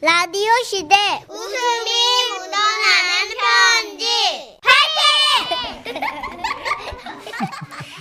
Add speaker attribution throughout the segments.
Speaker 1: 라디오 시대
Speaker 2: 웃음이 묻어나는 편지.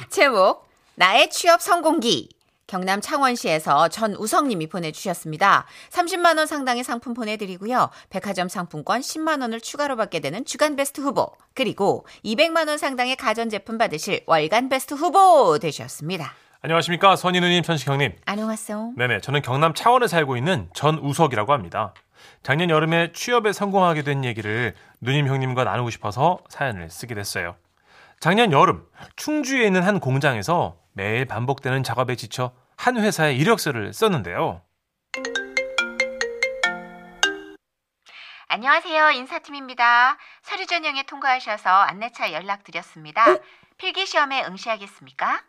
Speaker 3: 제목 나의 취업 성공기 경남 창원시에서 전우성님이 보내주셨습니다. 30만 원 상당의 상품 보내드리고요. 백화점 상품권 10만 원을 추가로 받게 되는 주간 베스트 후보 그리고 200만 원 상당의 가전제품 받으실 월간 베스트 후보 되셨습니다.
Speaker 4: 안녕하십니까 선희 누님 천식 형님
Speaker 3: 안녕하세요.
Speaker 4: 네네 저는 경남 창원에 살고 있는 전우석이라고 합니다 작년 여름에 취업에 성공하게 된 얘기를 누님 형님과 나누고 싶어서 사연을 쓰게 됐어요 작년 여름 충주에 있는 한 공장에서 매일 반복되는 작업에 지쳐 한 회사에 이력서를 썼는데요
Speaker 3: 안녕하세요. 인사팀입니다. 서류 전형에 통과하셔서 안내차 연락드렸습니다. 필기 시험에 응시하겠습니까?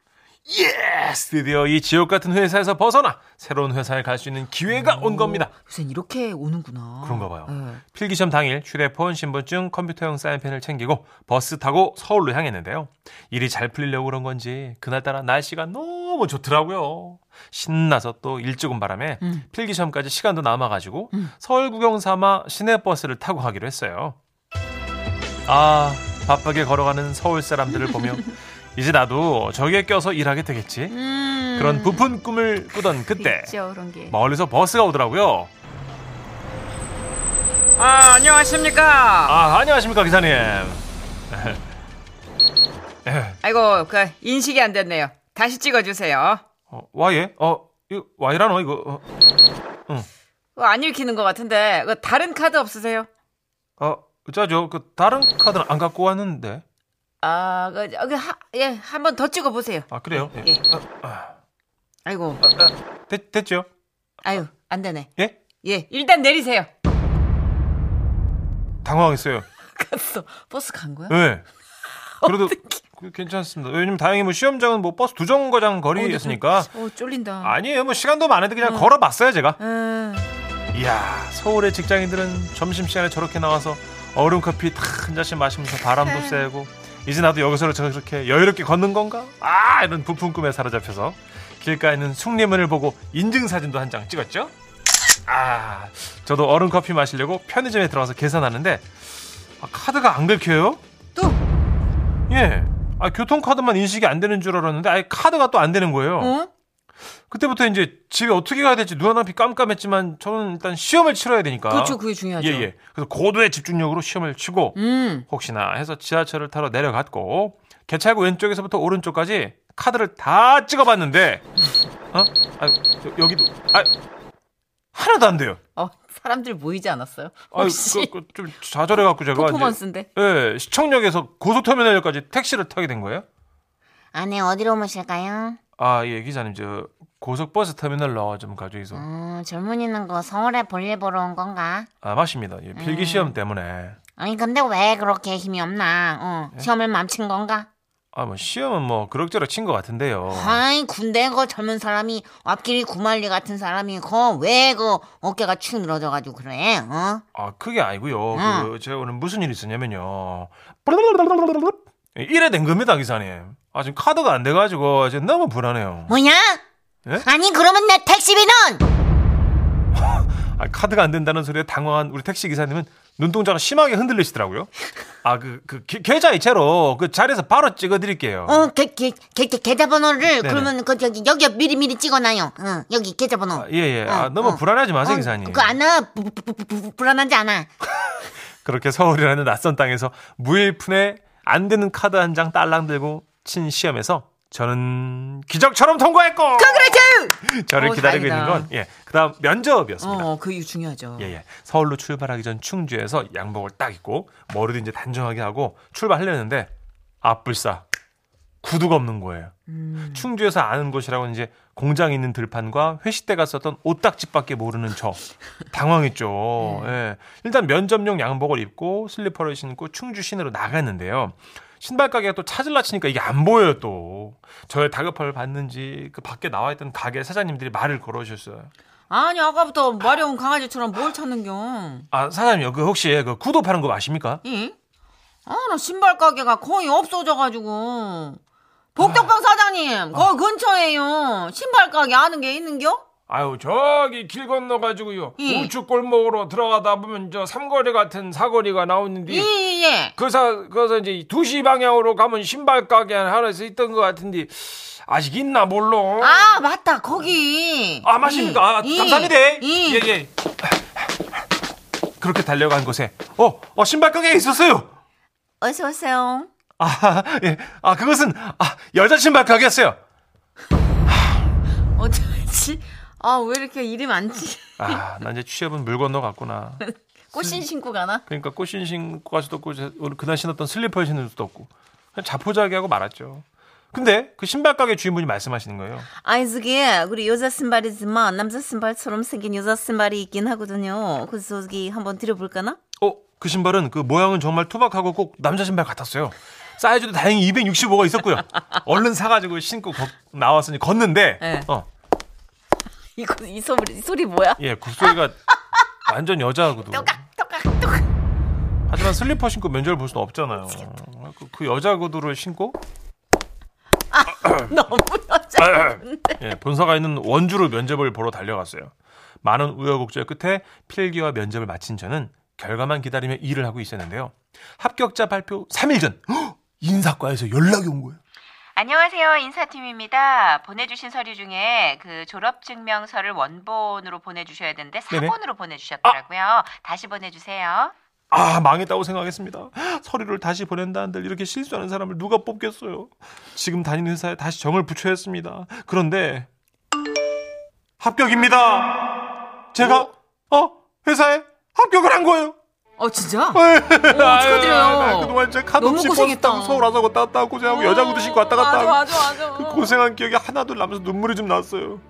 Speaker 4: 예스 드디어 이 지옥 같은 회사에서 벗어나 새로운 회사에 갈 수 있는 기회가 온 겁니다
Speaker 3: 요새 이렇게 오는구나.
Speaker 4: 그런가 봐요.
Speaker 3: 네.
Speaker 4: 필기시험 당일 휴대폰, 신분증, 컴퓨터용 사인펜을 챙기고 버스 타고 서울로 향했는데요. 일이 잘 풀리려고 그런 건지 그날따라 날씨가 너무 좋더라고요. 신나서 또 일찍 온 바람에
Speaker 3: 음.
Speaker 4: 필기시험까지 시간도 남아가지고
Speaker 3: 음.
Speaker 4: 서울 구경 삼아 시내버스를 타고 가기로 했어요. 아, 바쁘게 걸어가는 서울 사람들을 보며 이제 나도 저기에 껴서 일하게 되겠지.
Speaker 3: 음.
Speaker 4: 그런 부푼 꿈을 꾸던 그때
Speaker 3: 있죠, 그런 게.
Speaker 4: 멀리서 버스가 오더라고요.
Speaker 5: 아, 안녕하십니까.
Speaker 4: 아, 안녕하십니까, 기사님.
Speaker 5: 아이고, 그 인식이 안 됐네요. 다시 찍어 주세요.
Speaker 4: 어, 와예? 어, 이거 와이라노 이거. 어,
Speaker 5: 어, 안 읽히는 것 같은데. 그 다른 카드 없으세요?
Speaker 4: 아, 짜죠. 그 다른 카드는 안 갖고 왔는데.
Speaker 5: 아, 그, 그 하, 예, 한 번 더 찍어 보세요.
Speaker 4: 아, 그래요? 예.
Speaker 5: 예. 아이고.
Speaker 4: 됐, 됐죠?
Speaker 5: 아유, 안 되네.
Speaker 4: 예?
Speaker 5: 예, 일단 내리세요.
Speaker 4: 당황했어요.
Speaker 5: 갔어. 버스 간 거야?
Speaker 4: 예. 그래도 그, 괜찮습니다. 왜냐면 다행히 뭐 시험장은 뭐 버스 두 정거장 거리였으니까
Speaker 5: 어, 쫄린다.
Speaker 4: 아니에요. 뭐 시간도 많은데 그냥 걸어봤어요, 제가.
Speaker 5: 음,
Speaker 4: 이야, 서울의 직장인들은 점심시간에 저렇게 나와서 얼음 커피 탁 한 잔씩 마시면서 바람도
Speaker 5: 네.
Speaker 4: 쐬고 이제 나도 여기서 저렇게 여유롭게 걷는 건가? 아, 이런 부푼 꿈에 사로잡혀서 길가에 있는 숭례문을 보고 인증사진도 한 장 찍었죠. 아, 저도 얼음 커피 마시려고 편의점에 들어가서 계산하는데 아, 카드가 안 긁혀요?
Speaker 5: 또?
Speaker 4: 예. 아, 교통카드만 인식이 안 되는 줄 알았는데 아예 카드가 또 안 되는 거예요.
Speaker 5: 어?
Speaker 4: 그때부터 이제 집에 어떻게 가야 될지 눈 앞이 깜깜했지만 저는 일단 시험을 치러야 되니까.
Speaker 5: 그렇죠, 그게 중요하죠.
Speaker 4: 예, 예. 그래서 고도의 집중력으로 시험을 치고
Speaker 5: 음,
Speaker 4: 혹시나 해서 지하철을 타러 내려갔고 개찰구 왼쪽에서부터 오른쪽까지 카드를 다 찍어봤는데 어? 아, 여- 여기도 아 하나도 안 돼요.
Speaker 5: 어, 사람들 모이지 않았어요?
Speaker 4: 아,
Speaker 5: 혹시
Speaker 4: 그, 그, 좀 좌절해갖고 제가 이제,
Speaker 5: 퍼포먼스인데?
Speaker 4: 예, 시청역에서 고속터미널까지 택시를 타게 된 거예요.
Speaker 1: 안에 어디로 모실까요?
Speaker 4: 아, 예, 기자님 저 고속버스 터미널로 좀 가져서
Speaker 1: 어, 젊은이는 그 서울에 볼일 보러 온 건가?
Speaker 4: 아 맞습니다. 예,
Speaker 5: 음.
Speaker 4: 필기 시험 때문에
Speaker 1: 아니 근데 왜 그렇게 힘이 없나? 어,
Speaker 4: 예?
Speaker 1: 시험을 맘친 건가?
Speaker 4: 아 뭐 시험은 뭐 그럭저럭 친 것 같은데요.
Speaker 1: 아이 군대 거 젊은 사람이 앞길이 구말리 같은 사람이 그왜그 어깨가 축 늘어져가지고 그래? 어?
Speaker 4: 아 그게 아니고요.
Speaker 1: 응.
Speaker 4: 그 제가 오늘 무슨 일이 있었냐면요. 이래 된 겁니다, 기사님. 아 지금 카드가 안 돼가지고 지금 너무 불안해요.
Speaker 1: 뭐냐?
Speaker 4: 예?
Speaker 1: 아니 그러면 내 택시비는?
Speaker 4: 아, 카드가 안 된다는 소리에 당황한 우리 택시 기사님은 눈동자가 심하게 흔들리시더라고요. 아 그 그 계좌 이체로 그 자리에서 바로 찍어드릴게요.
Speaker 1: 어개개개 계좌번호를
Speaker 4: 네네.
Speaker 1: 그러면 그 저기 여기 미리 미리 찍어놔요. 어, 여기 계좌번호.
Speaker 4: 아, 예예.
Speaker 1: 어,
Speaker 4: 아 너무
Speaker 1: 어.
Speaker 4: 불안하지 마세요,
Speaker 1: 어,
Speaker 4: 기사님.
Speaker 1: 그거 안 나, 부- 부- 부- 부- 부- 불안하지 않아.
Speaker 4: 그렇게 서울이라는 낯선 땅에서 무일푼에 안 되는 카드 한 장 딸랑 들고 친 시험에서 저는 기적처럼 통과했고 저를 기다리고
Speaker 5: 오, 어, 다행이다.
Speaker 4: 있는 건 예, 그다음 면접이었습니다.
Speaker 5: 어, 그게 중요하죠.
Speaker 4: 아, 예, 예. 서울로 출발하기 전 충주에서 양복을 딱 입고 머리도 이제 단정하게 하고 출발하려는데 앞불싸 구두가 없는 거예요.
Speaker 5: 음.
Speaker 4: 충주에서 아는 곳이라고 이제 공장 있는 들판과 회식 때 갔었던 옷딱지밖에 모르는 저 당황했죠.
Speaker 5: 네.
Speaker 4: 예. 일단 면접용 양복을 입고 슬리퍼를 신고 충주 시내로 나갔는데요. 신발 가게가 또 찾으려 치니까 이게 안 보여요 또. 저의 다급함을 봤는지 그 밖에 나와 있던 가게 사장님들이 말을 걸어주셨어요.
Speaker 5: 아니, 아까부터 마려운 강아지처럼 뭘 찾는겨?
Speaker 4: 아 사장님요 그 혹시 그 구도 파는 거 아십니까?
Speaker 5: 예? 아, 나 신발 가게가 거의
Speaker 4: 어.
Speaker 5: 없어져가지고. 복덕방 사장님, 거기 근처에요. 신발 가게 아는 게 있는겨?
Speaker 4: 아유 저기 길 건너 가지고요
Speaker 5: 예.
Speaker 4: 우측 골목으로 들어가다 보면 저 삼거리 같은 사거리가 나오는데
Speaker 5: 예예.
Speaker 4: 그사 그래서 이제 2시 방향으로 가면 신발 가게 하나에서 있던 것 같은데 아직 있나 몰라.
Speaker 5: 아 예. 맞다 거기.
Speaker 4: 아 맞습니까? 아,
Speaker 5: 이,
Speaker 4: 감사합니다.
Speaker 5: 이.
Speaker 4: 예예. 그렇게 달려간 곳에 어, 어 신발 가게 있었어요.
Speaker 3: 어서 오세요.
Speaker 4: 아, 예. 아 그것은 아, 여자 신발 가게였어요.
Speaker 3: 어쩌지? 아 왜 이렇게 이름 안 지?
Speaker 4: 아, 나 이제 취업은 물 건너 갔구나.
Speaker 3: 꽃신 신고 가나?
Speaker 4: 그러니까 꽃신 신고 갈 수도 없고 제- 오늘 그날 신었던 슬리퍼 신을 수도 없고 그냥 자포자기하고 말았죠. 근데 그 신발 가게 주인분이 말씀하시는 거예요.
Speaker 3: 아니 저기 우리 여자 신발이지만 남자 신발처럼 생긴 여자 신발이 있긴 하거든요. 그래서 저기 한번 들어볼까나?
Speaker 4: 어, 그 신발은 그 모양은 정말 투박하고 꼭 남자 신발 같았어요. 사이즈도 다행히 265가 있었고요. 얼른 사가지고 신고 걷- 나왔으니 걷는데,
Speaker 3: 네.
Speaker 4: 어,
Speaker 3: 이거 이 소리 이 소리 뭐야?
Speaker 4: 예, 굽소리가 완전 여자하고도. 하지만 슬리퍼 신고 면접을 볼 수는 없잖아요. 그, 그 여자 구두를 신고
Speaker 3: 너무 여자.
Speaker 4: 예, 본사가 있는 원주로 면접을 보러 달려갔어요. 많은 우여곡절 끝에 필기와 면접을 마친 저는 결과만 기다리며 일을 하고 있었는데요. 합격자 발표 3일 전 헉! 인사과에서 연락이 온 거예요.
Speaker 3: 안녕하세요. 인사팀입니다. 보내주신 서류 중에 그 졸업증명서를 원본으로 보내주셔야 되는데
Speaker 4: 네네.
Speaker 3: 사본으로 보내주셨더라고요. 다시 보내주세요.
Speaker 4: 아 망했다고 생각했습니다. 서류를 다시 보낸다는데 이렇게 실수하는 사람을 누가 뽑겠어요? 지금 다니는 회사에 다시 정을 붙여야 했습니다. 그런데 합격입니다. 제가 어 회사에 합격을 한 거예요.
Speaker 5: 어 진짜?
Speaker 4: 아,
Speaker 5: 어, 축하드려요.
Speaker 4: 그동안 진짜 칸
Speaker 5: 너무
Speaker 4: 없이
Speaker 5: 고생했다.
Speaker 4: 버스 타고 서울 와서 왔다 갔다 하고 고생하고 여자 구두 신고 왔다 갔다 하고
Speaker 5: 맞아 맞아
Speaker 4: 그
Speaker 5: 맞아.
Speaker 4: 고생한 기억이 하나도 남아서 눈물이 좀 났어요.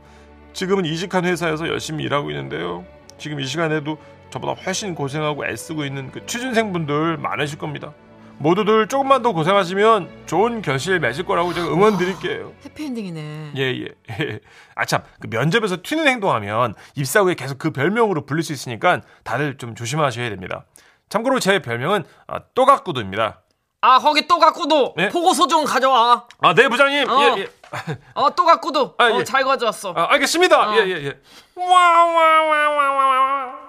Speaker 4: 지금은 이직한 회사에서 열심히 일하고 있는데요. 지금 이 시간에도 저보다 훨씬 고생하고 애쓰고 있는 그 취준생분들 많으실 겁니다. 모두들 조금만 더 고생하시면 좋은 결실 맺을 거라고 제가 응원 드릴게요.
Speaker 5: 해피엔딩이네.
Speaker 4: 예, 예. 예. 아참, 그 면접에서 튀는 행동하면 입사 후에 계속 그 별명으로 불릴 수 있으니까 다들 좀 조심하셔야 됩니다. 참고로 제 별명은 아, 또각구두입니다.
Speaker 5: 아 거기 또 갖고도
Speaker 4: 네.
Speaker 5: 보고서 좀 가져와.
Speaker 4: 아, 네, 부장님.
Speaker 5: 어.
Speaker 4: 예, 예.
Speaker 5: 어 또 갖고도.
Speaker 4: 아,
Speaker 5: 어,
Speaker 4: 예.
Speaker 5: 잘 가져왔어.
Speaker 4: 아, 알겠습니다. 예, 예, 예. 와와와와와와.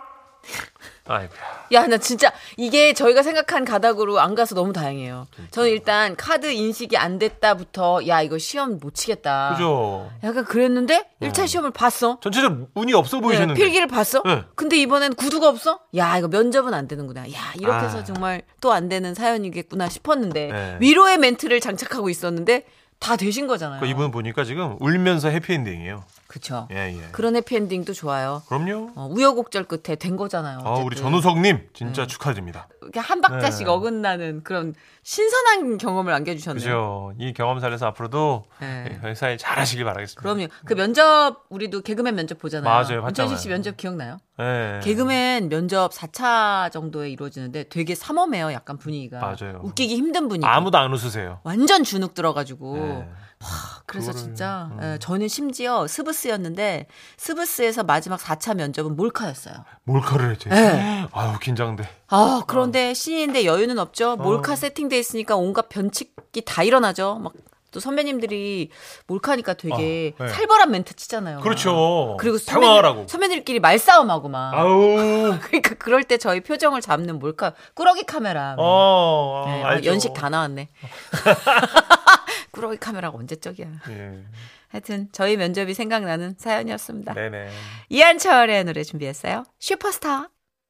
Speaker 4: 아이고야.
Speaker 3: 야, 나 진짜 이게 저희가 생각한 가닥으로 안 가서 너무
Speaker 4: 아.
Speaker 3: 다행이에요. 저는 일단 카드 인식이 안 됐다부터 야, 이거 시험 못 치겠다.
Speaker 4: 그죠.
Speaker 3: 약간 그랬는데 1차 시험을 봤어.
Speaker 4: 전체적으로 운이 없어
Speaker 3: 아. 네,
Speaker 4: 보이시는데.
Speaker 3: 필기를 봤어.
Speaker 4: 네.
Speaker 3: 근데 이번엔 구두가 없어. 야 이거 면접은 안 되는구나. 야 이렇게 해서
Speaker 4: 아.
Speaker 3: 정말 또 안 되는 사연이겠구나 싶었는데
Speaker 4: 네.
Speaker 3: 위로의 멘트를 장착하고 있었는데 다 되신 거잖아요.
Speaker 4: 그 이분 보니까 지금 울면서 해피엔딩이에요.
Speaker 3: 그쵸.
Speaker 4: 예, 예.
Speaker 3: 그런 해피엔딩도 좋아요.
Speaker 4: 그럼요.
Speaker 3: 어, 우여곡절 끝에 된 거잖아요.
Speaker 4: 아, 우리
Speaker 3: 어쨌든.
Speaker 4: 전우석님
Speaker 3: 음.
Speaker 4: 진짜 축하드립니다.
Speaker 3: 이렇게 한 박자씩
Speaker 4: 네.
Speaker 3: 어긋나는 그런 신선한 경험을 안겨주셨네요.
Speaker 4: 그죠. 이 경험 살려서 앞으로도 예,
Speaker 3: 네.
Speaker 4: 회사에 잘하시길 바라겠습니다.
Speaker 3: 그럼요. 그 면접 우리도 개그맨 면접 보잖아요.
Speaker 4: 맞아요. 봤잖아요.
Speaker 3: 문천식 씨 면접 기억나요?
Speaker 4: 예.
Speaker 3: 개그맨 면접 4차 정도에 이루어지는데 되게 삼엄해요. 약간 분위기가.
Speaker 4: 맞아요.
Speaker 3: 웃기기 힘든 분위기.
Speaker 4: 아무도 안 웃으세요.
Speaker 3: 완전 주눅 들어가지고.
Speaker 4: 예.
Speaker 3: 그래서
Speaker 4: 그거를,
Speaker 3: 진짜
Speaker 4: 음.
Speaker 3: 예, 저는 심지어 스브스였는데 스브스에서 마지막 4차 면접은 몰카였어요.
Speaker 4: 몰카를 했지.
Speaker 3: 예.
Speaker 4: 아유 긴장돼.
Speaker 3: 아 그런데 신인인데 여유는 없죠.
Speaker 4: 어.
Speaker 3: 몰카 세팅돼 있으니까 온갖 변칙이 다 일어나죠. 막 또 선배님들이 몰카니까 되게
Speaker 4: 아, 네.
Speaker 3: 살벌한 멘트 치잖아요.
Speaker 4: 그렇죠.
Speaker 3: 그리고 선배님-
Speaker 4: 당황하라고.
Speaker 3: 선배들끼리 말싸움하고 막.
Speaker 4: 아우.
Speaker 3: 그러니까 그럴 때 저희 표정을 잡는 몰카 꾸러기 카메라.
Speaker 4: 어.
Speaker 3: 네,
Speaker 4: 아,
Speaker 3: 어,
Speaker 4: 알죠.
Speaker 3: 연식 다 나왔네. 꾸러기 카메라가 언제적이야.
Speaker 4: 예.
Speaker 3: 하여튼 저희 면접이 생각나는 사연이었습니다.
Speaker 4: 네네.
Speaker 3: 이한철의 노래 준비했어요. 슈퍼스타.